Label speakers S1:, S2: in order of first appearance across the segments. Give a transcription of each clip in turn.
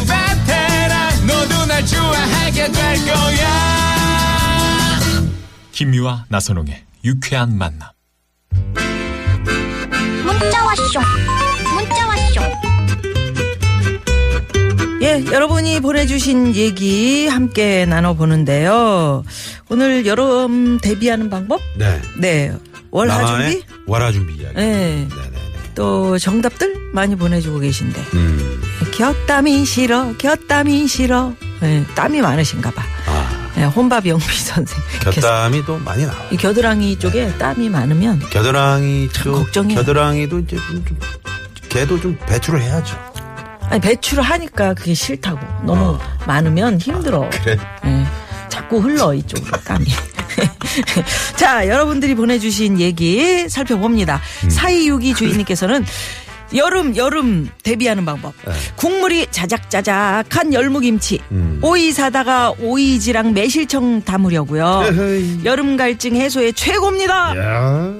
S1: 베테랑 너도 날 좋아하게 될 거야
S2: 김미화 나선홍의 유쾌한 만남.
S3: 문자 왔쇼 문자 왔쇼
S4: 예, 여러분이 보내주신 얘기 함께 나눠보는데요. 오늘 여름 대비하는 방법?
S5: 네.
S4: 네. 월하
S5: 나만의
S4: 준비?
S5: 월화 준비 이야기.
S4: 네.
S5: 네네네.
S4: 또 정답들 많이 보내주고 계신데.
S5: 음.
S4: 곁땀이 싫어, 곁땀이 싫어. 예, 땀이 많으신가 봐.
S5: 아,
S4: 예, 혼밥 영미 선생님께서.
S5: 곁담이 네. 또 많이 나와.
S4: 이 겨드랑이 쪽에 땀이 많으면
S5: 겨드랑이 쪽,
S4: 걱정이야.
S5: 겨드랑이도 이제 좀, 좀 걔도 좀 배출을 해야죠.
S4: 아니, 배출을 하니까 그게 싫다고. 너무 많으면 힘들어.
S5: 어. 아, 그래.
S4: 예, 자꾸 흘러 이쪽으로 땀이. 자, 여러분들이 보내주신 얘기 살펴봅니다.
S5: 음.
S4: 4262 주인님께서는 여름 여름 대비하는 방법.
S5: 네.
S4: 국물이 자작자작한 열무김치.
S5: 음.
S4: 오이 사다가 오이지랑 매실청 담으려고요.
S5: 에헤이. 예.
S4: 여름 갈증 해소에 최고입니다.
S5: 야.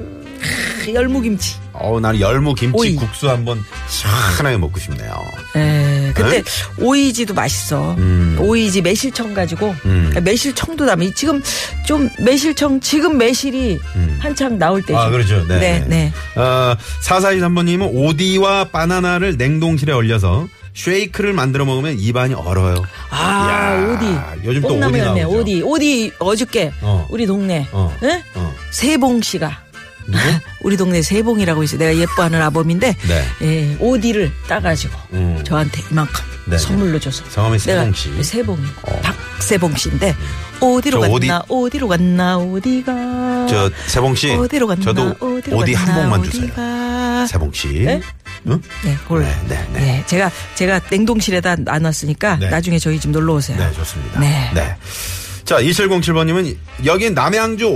S4: 크, 열무김치.
S5: 어우, 난 열무 김치
S4: 오이.
S5: 국수 한번 시원하게 먹고 싶네요.
S4: 에, 근데 예, 오이지도 맛있어.
S5: 네? 음.
S4: 오이지 매실청 가지고 그러니까
S5: 음.
S4: 매실청도 담이 지금 좀 매실청 지금 매실이
S5: 음.
S4: 한창 나올 때죠.
S5: 아, 그렇죠. 네.
S4: 네, 네.
S5: 어, 4423번님은 오디와 바나나를 냉동실에 얼려서 쉐이크를 만들어 먹으면 입안이 얼어요.
S4: 아,
S5: 이야,
S4: 오디.
S5: 요즘 또
S4: 꽃나무
S5: 오디
S4: 열매,
S5: 나오죠.
S4: 오디. 오디 어저께
S5: 어.
S4: 우리 동네
S5: 어.
S4: 예?
S5: 어.
S4: 세봉 씨가
S5: 누구?
S4: 우리 동네 세봉이라고 있어요. 내가 예뻐하는 아범인데
S5: 네.
S4: 예, 오디를 따가지고
S5: 음.
S4: 저한테 이만큼
S5: 네.
S4: 선물로 줘서
S5: 성함이 세봉 씨.
S4: 내가 세봉이
S5: 어. 음.
S4: 박세봉 씨인데 어디로
S5: 저
S4: 갔나
S5: 오디-
S4: 어디? 로 갔나 어디가
S5: 저 세봉 씨,
S4: 어디로 갔나
S5: 저도
S4: 어디로
S5: 오디
S4: 갔나,
S5: 한 봉만 주세요.
S4: 어디가.
S5: 세봉 씨,
S4: 네?
S5: 응?
S4: 네, 그걸.
S5: 네, 네, 네.
S4: 예, 제가 제가 냉동실에다 안 놨으니까
S5: 네.
S4: 나중에 저희 집 놀러 오세요.
S5: 네, 좋습니다.
S4: 네.
S5: 자, 2707번님은 여긴 남양주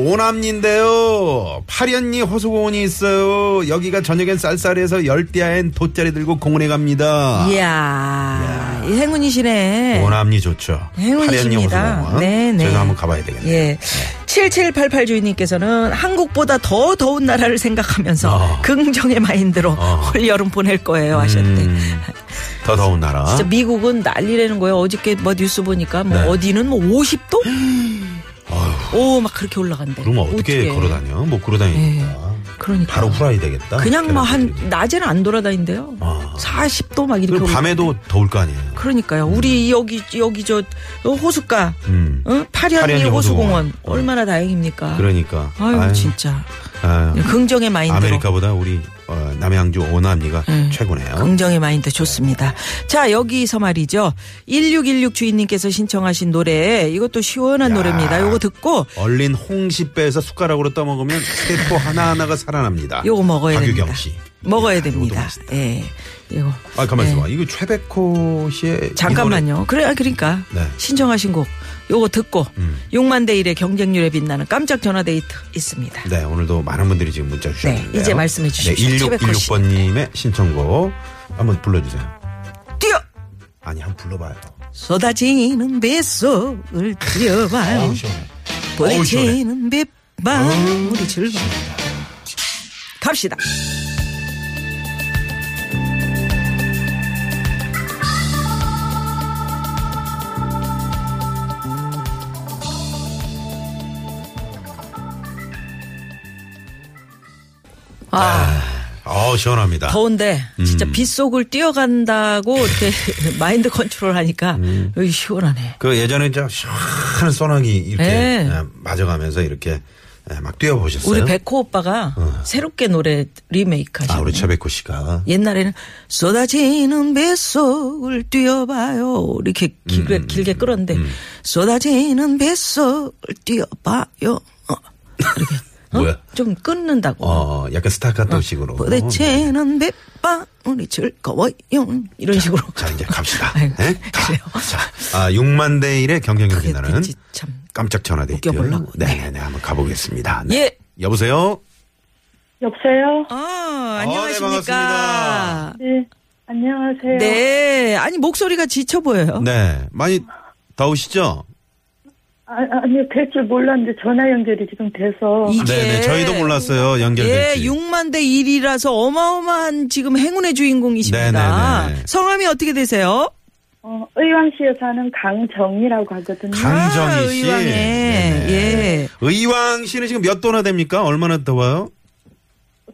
S5: 오남리인데요. 파련리 호수공원이 있어요. 여기가 저녁엔 쌀쌀해서 열대야엔 돗자리 들고 공원에 갑니다.
S4: 예. 이야, 이 행운이시네.
S5: 오남리 좋죠. 파련리
S4: 행운이십니다.
S5: 호수공원.
S4: 네, 네.
S5: 저도 한번 가봐야 되겠네요.
S4: 예. 7788 주인님께서는 한국보다 더 더운 나라를 생각하면서
S5: 어.
S4: 긍정의 마인드로
S5: 어.
S4: 올 여름 보낼 거예요 하셨대.
S5: 음, 더 더운 나라.
S4: 진짜 미국은 난리라는 거예요. 어저께 뭐 뉴스 보니까 뭐
S5: 어? 네.
S4: 어디는 뭐 50도? 오, 막 그렇게 올라간대.
S5: 그러면
S4: 어떡해.
S5: 어떻게 걸어 다녀? 못 걸어 다니니까.
S4: 그러니까.
S5: 바로 후라이 되겠다.
S4: 그냥 뭐 한,
S5: 계란들이.
S4: 낮에는 안 돌아다닌대요.
S5: 아.
S4: 40도 막 이렇게.
S5: 그리고 밤에도 더울 거 아니에요.
S4: 올라- 그러니까요. 우리 여기, 여기 저 어, 호숫가,
S5: 음.
S4: 어? 파리안리
S5: 파리안리
S4: 호수공원.
S5: 호수공원.
S4: 얼마나 다행입니까.
S5: 그러니까.
S4: 아유, 진짜.
S5: 아유,
S4: 긍정의 마인드로. 음.
S5: 아메리카보다 우리 어, 남양주 오남리가 최고네요.
S4: 긍정의 마인드 좋습니다. 자, 여기서 말이죠. 1616 주인님께서 신청하신 노래, 이것도 시원한 노래입니다. 요거 듣고,
S5: 얼린 홍시 빼서 숟가락으로 떠먹으면 세포 하나하나가 살아납니다.
S4: 요거 먹어야 됩니다.
S5: 박유경 씨.
S4: 먹어야
S5: 이야, 이것도
S4: 됩니다.
S5: 맛있다.
S4: 예. 이거.
S5: 아, 가만히
S4: 예.
S5: 있어봐. 이거 최백호 씨의. 이 노래.
S4: 잠깐만요. 그래, 아, 그러니까.
S5: 네.
S4: 신청하신 곡, 요거 듣고,
S5: 음.
S4: 6만 대 1의 경쟁률에 빛나는 깜짝 전화 데이트 있습니다.
S5: 네, 오늘도 많은 분들이 지금 문자
S4: 네,
S5: 주셨는데요. 네,
S4: 이제 말씀해 주십시오. 최백호 씨.
S5: 1616번님의 신청곡 한번 불러주세요.
S4: 뛰어!
S5: 아니, 한번 불러봐요.
S4: 쏟아지는 뱃속을 들여봐요.
S5: 어우, 시원해. 어우, 시원해. 어?
S4: 부딪히는 빗방울이 즐거워. 갑시다. 아,
S5: 어우, 시원합니다.
S4: 더운데 진짜
S5: 음.
S4: 빗속을 뛰어간다고 이렇게 마인드 컨트롤 하니까
S5: 음.
S4: 여기 시원하네.
S5: 그 예전에 저 시원한 소나기 이렇게
S4: 예.
S5: 예, 맞아가면서 이렇게 예, 막 뛰어보셨어요. 어.
S4: 우리 백호 오빠가 새롭게 노래 리메이크 하셨네.
S5: 아, 우리 최백호 씨가.
S4: 옛날에는 쏟아지는 뱃속을 뛰어봐요. 이렇게
S5: 음,
S4: 길게, 길게 끌었는데 쏟아지는 뱃속을 뛰어봐요. 어. 이렇게.
S5: 뭐야?
S4: 좀 끊는다고.
S5: 어, 약간 스타카토식으로.
S4: 뭐, 네,
S5: 어, 네.
S4: 도대체 난 몇 방울이 즐거워요. 이런 식으로.
S5: 자, 이제 갑시다.
S4: 아이고,
S5: 네? 가.
S4: 그래요.
S5: 자, 아, 6만 대 1의 경쟁력
S4: 그게
S5: 우리나라는
S4: 왠지 참
S5: 깜짝 전화 데이트.
S4: 웃겨보려고.
S5: 네, 네, 네. 한번 가보겠습니다. 네.
S4: 예.
S5: 여보세요?
S6: 여보세요?
S4: 아,
S5: 네,
S4: 안녕하십니까.
S5: 반갑습니다.
S6: 네, 안녕하세요.
S4: 네. 아니, 목소리가 지쳐 보여요.
S5: 네. 많이 더우시죠?
S6: 아, 아니, 될 줄 몰랐는데 전화 연결이 지금 돼서.
S4: 이게
S5: 네, 네. 저희도 몰랐어요.
S4: 예,
S5: 연결될지.
S4: 6만 대 1이라서 어마어마한 지금 행운의 주인공이십니다.
S5: 네, 네, 네.
S4: 성함이 어떻게 되세요?
S6: 어, 의왕시에 사는 강정이라고 하거든요.
S4: 아,
S5: 강정희 씨.
S4: 의왕에.
S5: 네네.
S4: 예.
S5: 의왕 씨는 지금 몇 도나 됩니까? 얼마나 더워요?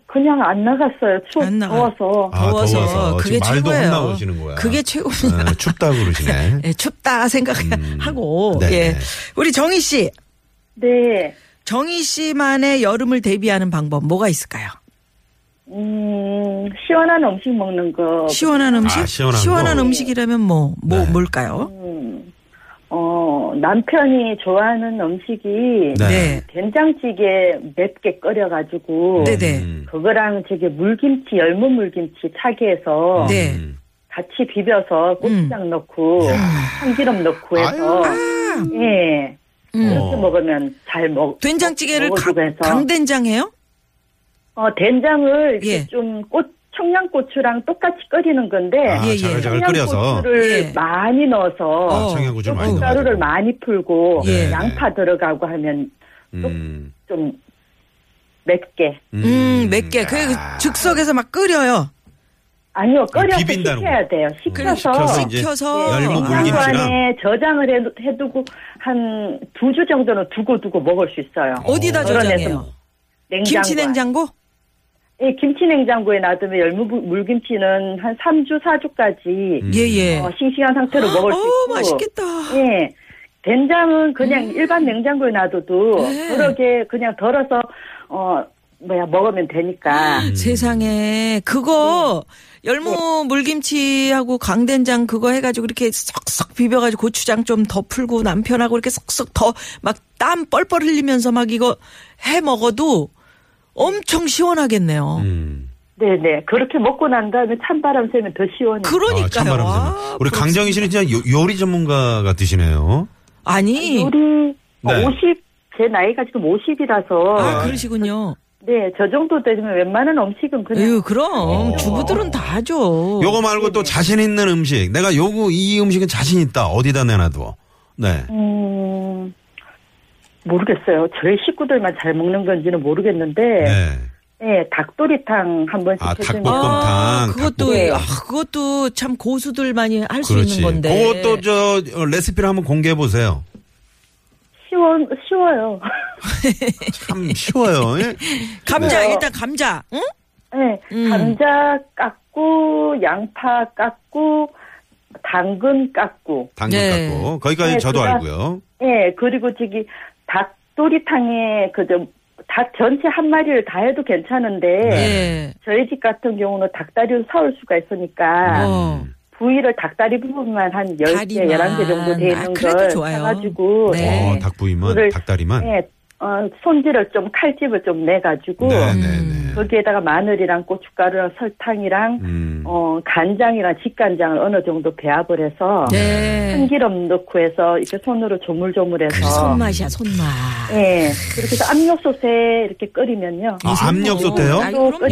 S6: 그냥 안 나갔어요. 추워,
S4: 안 나가.
S6: 더워서.
S5: 아, 더워서.
S4: 그게
S5: 지금 말도
S4: 최고예요.
S5: 혼나오시는 거야.
S4: 그게 최고입니다.
S5: 어, 춥다고 그러시네.
S4: 예, 춥다 생각하고
S5: 네,
S4: 예.
S5: 네.
S4: 우리 정희 씨,
S6: 네,
S4: 정희 씨만의 여름을 대비하는 방법 뭐가 있을까요?
S6: 음, 시원한 음식 먹는 거.
S4: 시원한 음식,
S5: 아, 시원한 거.
S4: 음식이라면 뭐 뭐
S5: 네.
S4: 뭘까요?
S6: 음, 어, 남편이 좋아하는 음식이
S5: 네.
S4: 네,
S6: 된장찌개 맵게 끓여가지고.
S4: 네, 네,
S5: 음.
S6: 그거랑 저게 물김치, 열무 물김치 차게 해서.
S4: 네.
S5: 음.
S6: 같이 비벼서
S4: 음.
S6: 고추장 넣고 참기름 넣고 해서 예
S4: 음.
S6: 그렇게
S5: 어.
S6: 먹으면 잘 먹.
S4: 아. 된장찌개를
S6: 먹어주고
S4: 강,
S6: 해서.
S4: 강된장해요?
S6: 어 된장을 이렇게
S4: 예.
S6: 좀 꽃, 청양고추랑 똑같이 끓이는 건데
S5: 아,
S4: 예, 예.
S5: 자글자글 끓여서.
S6: 청양고추를
S4: 예.
S6: 많이
S5: 아,
S6: 넣어서
S5: 청양고추를 네. 많이 넣어가지고.
S6: 고춧가루를 많이 풀고
S4: 예.
S6: 양파 들어가고 하면
S5: 음.
S6: 좀 맵게
S4: 음, 맵게 그
S5: 아.
S4: 즉석에서 막 끓여요.
S6: 아니요 끓여서
S5: 비빈다는
S6: 식혀야 돼요 식혀서
S5: 식혀서 이제
S4: 시켜서 아.
S5: 열무 물김치. 물김치랑?
S6: 양반에 저장을 해두- 해두고 한 두 주 정도는 두고두고 먹을 수 있어요.
S4: 어디다 저장해요?
S6: 냉장고.
S4: 김치 냉장고?
S6: 예, 김치 냉장고에 놔두면 열무 부- 물김치는 한 3주, 4주까지
S5: 음.
S4: 예, 예.
S6: 어, 싱싱한 상태로 먹을 수
S4: 어,
S6: 있고.
S4: 맛있겠다. 음.
S6: 예. 된장은 그냥 일반 냉장고에 놔둬도
S4: 네.
S6: 그러게 그냥 덜어서 어 뭐야 먹으면 되니까.
S4: 음.
S5: 음.
S4: 세상에 그거 열무 물김치하고 강된장 그거 해가지고 이렇게 쏙쏙 비벼가지고 고추장 좀 더 풀고 남편하고 이렇게 쏙쏙 더 막 땀 뻘뻘 흘리면서 막 이거 해 먹어도 엄청 시원하겠네요.
S5: 음.
S6: 네네. 그렇게 먹고 난 다음에 찬바람 쐬면 더 시원해.
S5: 아,
S4: 그러니까요.
S5: 찬바람
S4: 아,
S5: 쐬면. 우리
S4: 부럽습니다. 어,
S5: 강정희 씨는 진짜 요, 요리 전문가 같으시네요.
S4: 아니
S6: 우리
S5: 네.
S6: 50, 제 나이가 지금 50이라서.
S4: 아 그러시군요.
S6: 네, 저 정도 되면 웬만한 음식은 그냥
S4: 에휴 그럼 주부들은 다 하죠.
S5: 어. 요거 말고
S4: 네.
S5: 또 자신 있는 음식. 내가 요거 이 음식은 자신 있다. 어디다 내놔도. 네.
S6: 음, 모르겠어요. 저희 식구들만 잘 먹는 건지는 모르겠는데,
S5: 네.
S6: 예, 닭도리탕 한번
S5: 아,
S6: 시켜주면.
S5: 닭볶음.
S4: 아,
S5: 볶음탕,
S4: 그것도
S6: 닭볶음탕.
S4: 아, 그것도 참 고수들만이 할 수
S5: 그렇지.
S4: 있는 건데.
S5: 그것도 저 어, 레시피를 한번 공개해 보세요.
S6: 쉬워, 쉬워요.
S4: 네.
S5: 참 쉬워요. 예?
S4: 감자
S6: 네.
S4: 일단 감자. 응?
S6: 예,
S4: 음.
S6: 감자 깎고, 양파 깎고, 당근 깎고,
S5: 당근
S4: 네.
S5: 깎고 거기까지
S6: 네,
S5: 저도
S6: 그다-
S5: 알고요.
S6: 예, 그리고 저기 닭도리탕에 그저 닭 전체 한 마리를 다 해도 괜찮은데
S5: 네.
S4: 예.
S6: 저희 집 같은 경우는 닭다리를 사올 수가 있으니까
S4: 어.
S5: 음.
S6: 부위를 닭다리 부분만 한 10개,
S4: 다리만.
S6: 11개 정도 돼
S4: 아,
S6: 있는
S4: 그래도
S6: 걸
S4: 좋아요.
S6: 사가지고
S4: 네.
S5: 어, 닭 부위만,
S6: 그거를-
S5: 닭다리만.
S6: 예, 어, 손질을 좀 칼집을 좀 내가지고
S5: 네, 네, 네.
S6: 거기에다가 마늘이랑 고춧가루랑 설탕이랑
S5: 음.
S6: 어, 간장이랑 직간장을 어느 정도 배합을 해서
S4: 네.
S6: 참기름 넣고 해서 이렇게 손으로 조물조물해서
S4: 그 손맛이야 손맛.
S6: 예. 그렇게 해서 압력솥에 이렇게 끓이면요.
S5: 아,
S4: 음.
S5: 압력솥에요?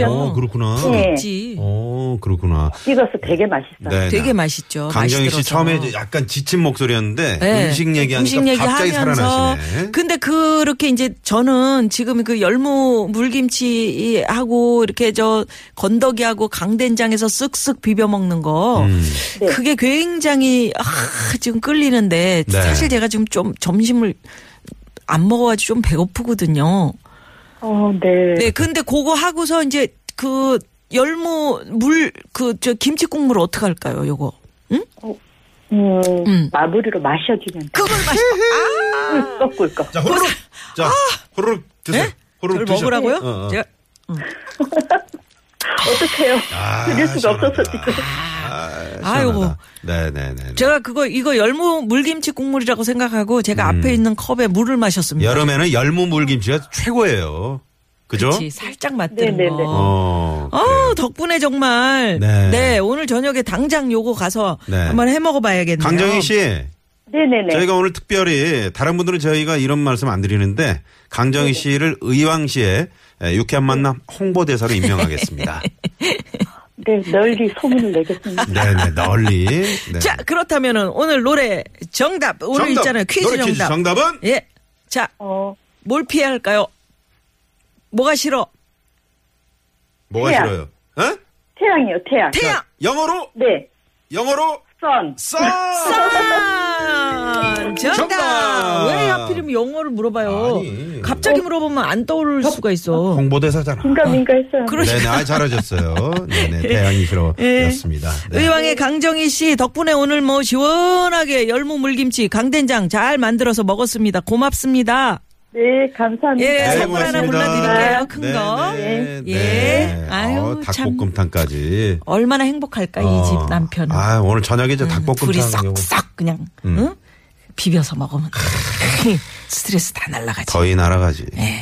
S5: 어, 그렇구나.
S6: 예.
S4: 지
S5: 어, 그렇구나.
S6: 찍어서 되게 맛있어요.
S5: 네.
S4: 되게 맛있죠.
S5: 강정희 씨
S4: 맛이
S5: 처음에
S4: 들어서.
S5: 이제 약간 지친 목소리였는데
S4: 네.
S5: 음식 얘기하니까
S4: 음식
S5: 갑자기
S4: 얘기하면서
S5: 살아나시네.
S4: 근데 그렇게 이제 저는 지금 그 열무 물김치하고 이렇게 저 건더기하고 강된장에서 쓱쓱 비벼 먹는 거
S5: 음.
S6: 네.
S4: 그게 굉장히 아, 지금 끌리는데
S5: 네.
S4: 사실 제가 지금 좀 점심을 안 먹어가지고 좀 배고프거든요.
S6: 어, 네.
S4: 네, 근데 그거 하고서 이제 그 열무 물 그 저 김치 국물 어떻게 할까요? 요거
S6: 음,
S4: 음.
S6: 마무리로 마셔주면 돼요.
S4: 그걸 마시.
S6: 꿀꺽꿀꺽.
S5: 자, 호로록. 자, 호로록 드세요.
S4: 아! 네?
S5: 호로록
S4: 그걸
S5: 드셔.
S4: 먹으라고요?
S5: 어, 어.
S4: 제가
S6: 어떡해요.
S5: 아,
S6: 드릴 수가 없어서
S5: 시원하다.
S6: 지금.
S5: 아,
S4: 아이고.
S5: 아이고. 네, 네, 네.
S4: 제가 그거 이거 열무 물김치
S5: 음.
S4: 음. 국물이라고 생각하고 제가 앞에 있는 컵에 물을 마셨습니다.
S5: 여름에는 열무 물김치가 최고예요. 그죠?
S4: 그치, 살짝 맛드는
S6: 네네네.
S4: 거.
S5: 어.
S4: 어, 덕분에 정말.
S5: 네.
S4: 네. 오늘 저녁에 당장 요거 가서
S5: 네.
S4: 한번 해 먹어봐야겠네요.
S5: 강정희 씨.
S6: 네네네.
S5: 저희가 오늘 특별히 다른 분들은 저희가 이런 말씀 안 드리는데
S6: 네.
S5: 강정희 씨를 의왕시에 에, 유쾌한 만남 홍보대사로 임명하겠습니다.
S6: 네, 널리 소문을 내겠습니다.
S5: 네네 널리. 네.
S4: 자, 그렇다면은 오늘 노래 정답. 오늘
S5: 정답,
S4: 있잖아요. 퀴즈
S5: 노래 퀴즈
S4: 정답.
S5: 정답은
S4: 예. 자,
S6: 어,
S4: 뭘 피해야 할까요? 뭐가 싫어?
S5: 뭐가
S6: 태양.
S5: 싫어요? 어?
S6: 태양이요, 태양.
S4: 태양!
S5: 영어로
S6: 네,
S5: 영어로
S6: 선.
S5: 썬.
S4: 아, 정답.
S5: 정답!
S4: 왜 하필이면 영어를 물어봐요?
S5: 아니.
S4: 갑자기 물어보면 안 떠오를 수가 있어.
S5: 홍보대사잖아.
S6: 민가민가 했어요.
S5: 네네 아, 잘하셨어요. 네네 태양이
S4: 예.
S5: 싫어였습니다. 네.
S4: 의왕의 강정희 씨 덕분에 오늘 뭐 시원하게 열무 물김치 강된장 잘 만들어서 먹었습니다. 고맙습니다.
S6: 네, 감사합니다.
S4: 예,
S5: 네,
S4: 선물 하나
S5: 고맙습니다.
S4: 골라드릴게요. 큰 거.
S5: 네, 네,
S4: 예.
S5: 네.
S4: 아유,
S5: 어,
S4: 참.
S5: 닭볶음탕까지.
S4: 얼마나 행복할까 이 집
S5: 어.
S4: 남편은.
S5: 아 오늘 저녁에 저
S4: 둘이
S5: 닭볶음탕 요거
S4: 싹싹 그냥
S5: 음.
S4: 응? 비벼서 먹으면 스트레스 다 날라가지.
S5: 거의 날아가지. 네.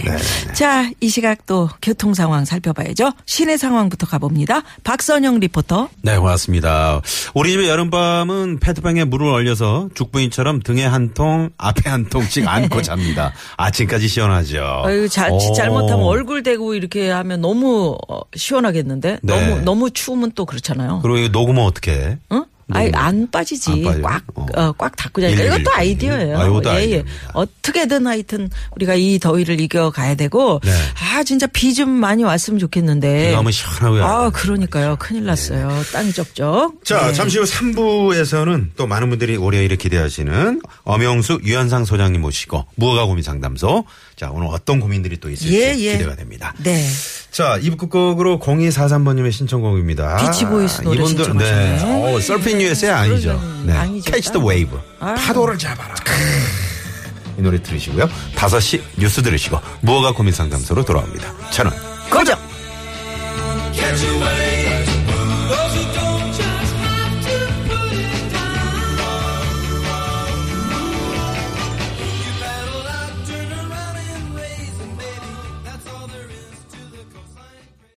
S4: 자, 이 시각 또 교통 상황 살펴봐야죠. 시내 상황부터 가봅니다. 박선영 리포터.
S5: 네, 고맙습니다. 우리 집의 여름밤은 페트병에 물을 얼려서 죽부인처럼 등에 한 통, 앞에 한 통씩 안고 잡니다. 아침까지 시원하죠.
S4: 아유, 자,
S5: 오.
S4: 잘못하면 얼굴 대고 이렇게 하면 너무 어, 시원하겠는데?
S5: 네.
S4: 너무 너무 추우면 또 그렇잖아요.
S5: 그리고 이거 녹으면 어떻게?
S4: 응? 아이 안 빠지지
S5: 네. 안 빠져요?
S4: 꽉,
S5: 어.
S4: 어. 꽉 닫고 자니까 이것도
S5: 1111.
S4: 아이디어예요.
S5: 아, 이것도
S4: 예, 예.
S5: 아이디어입니다.
S4: 어떻게든 하여튼 우리가 이 더위를 이겨가야 되고
S5: 네.
S4: 아 진짜 비 좀 많이 왔으면 좋겠는데.
S5: 비가 오면 시원하고요.
S4: 아 그러니까요 큰일 났어요 땅이 적죠. 네.
S5: 자, 잠시 후 3부에서는 또 많은 분들이 월요일에 기대하시는 엄영수 유현상 소장님 모시고 무허가 고민 상담소. 자, 오늘 어떤 고민들이 또 있을지
S4: 예, 예.
S5: 기대가 됩니다.
S4: 네.
S5: 자, 2부 끝곡으로 0243번님의 신청곡입니다.
S4: 비치보이스 노래
S5: 네.
S4: 신청하셨네요. 음,
S5: 어, 서핑 USA 아니죠.
S4: 그러려니.
S5: 네.
S4: 아니죠.
S5: 캐치 더 웨이브. 파도를 잡아라. 이 노래 들으시고요. 5시 뉴스 들으시고 무허가 고민 상담소로 돌아옵니다. 저는
S4: 고정.
S1: Catch a wave.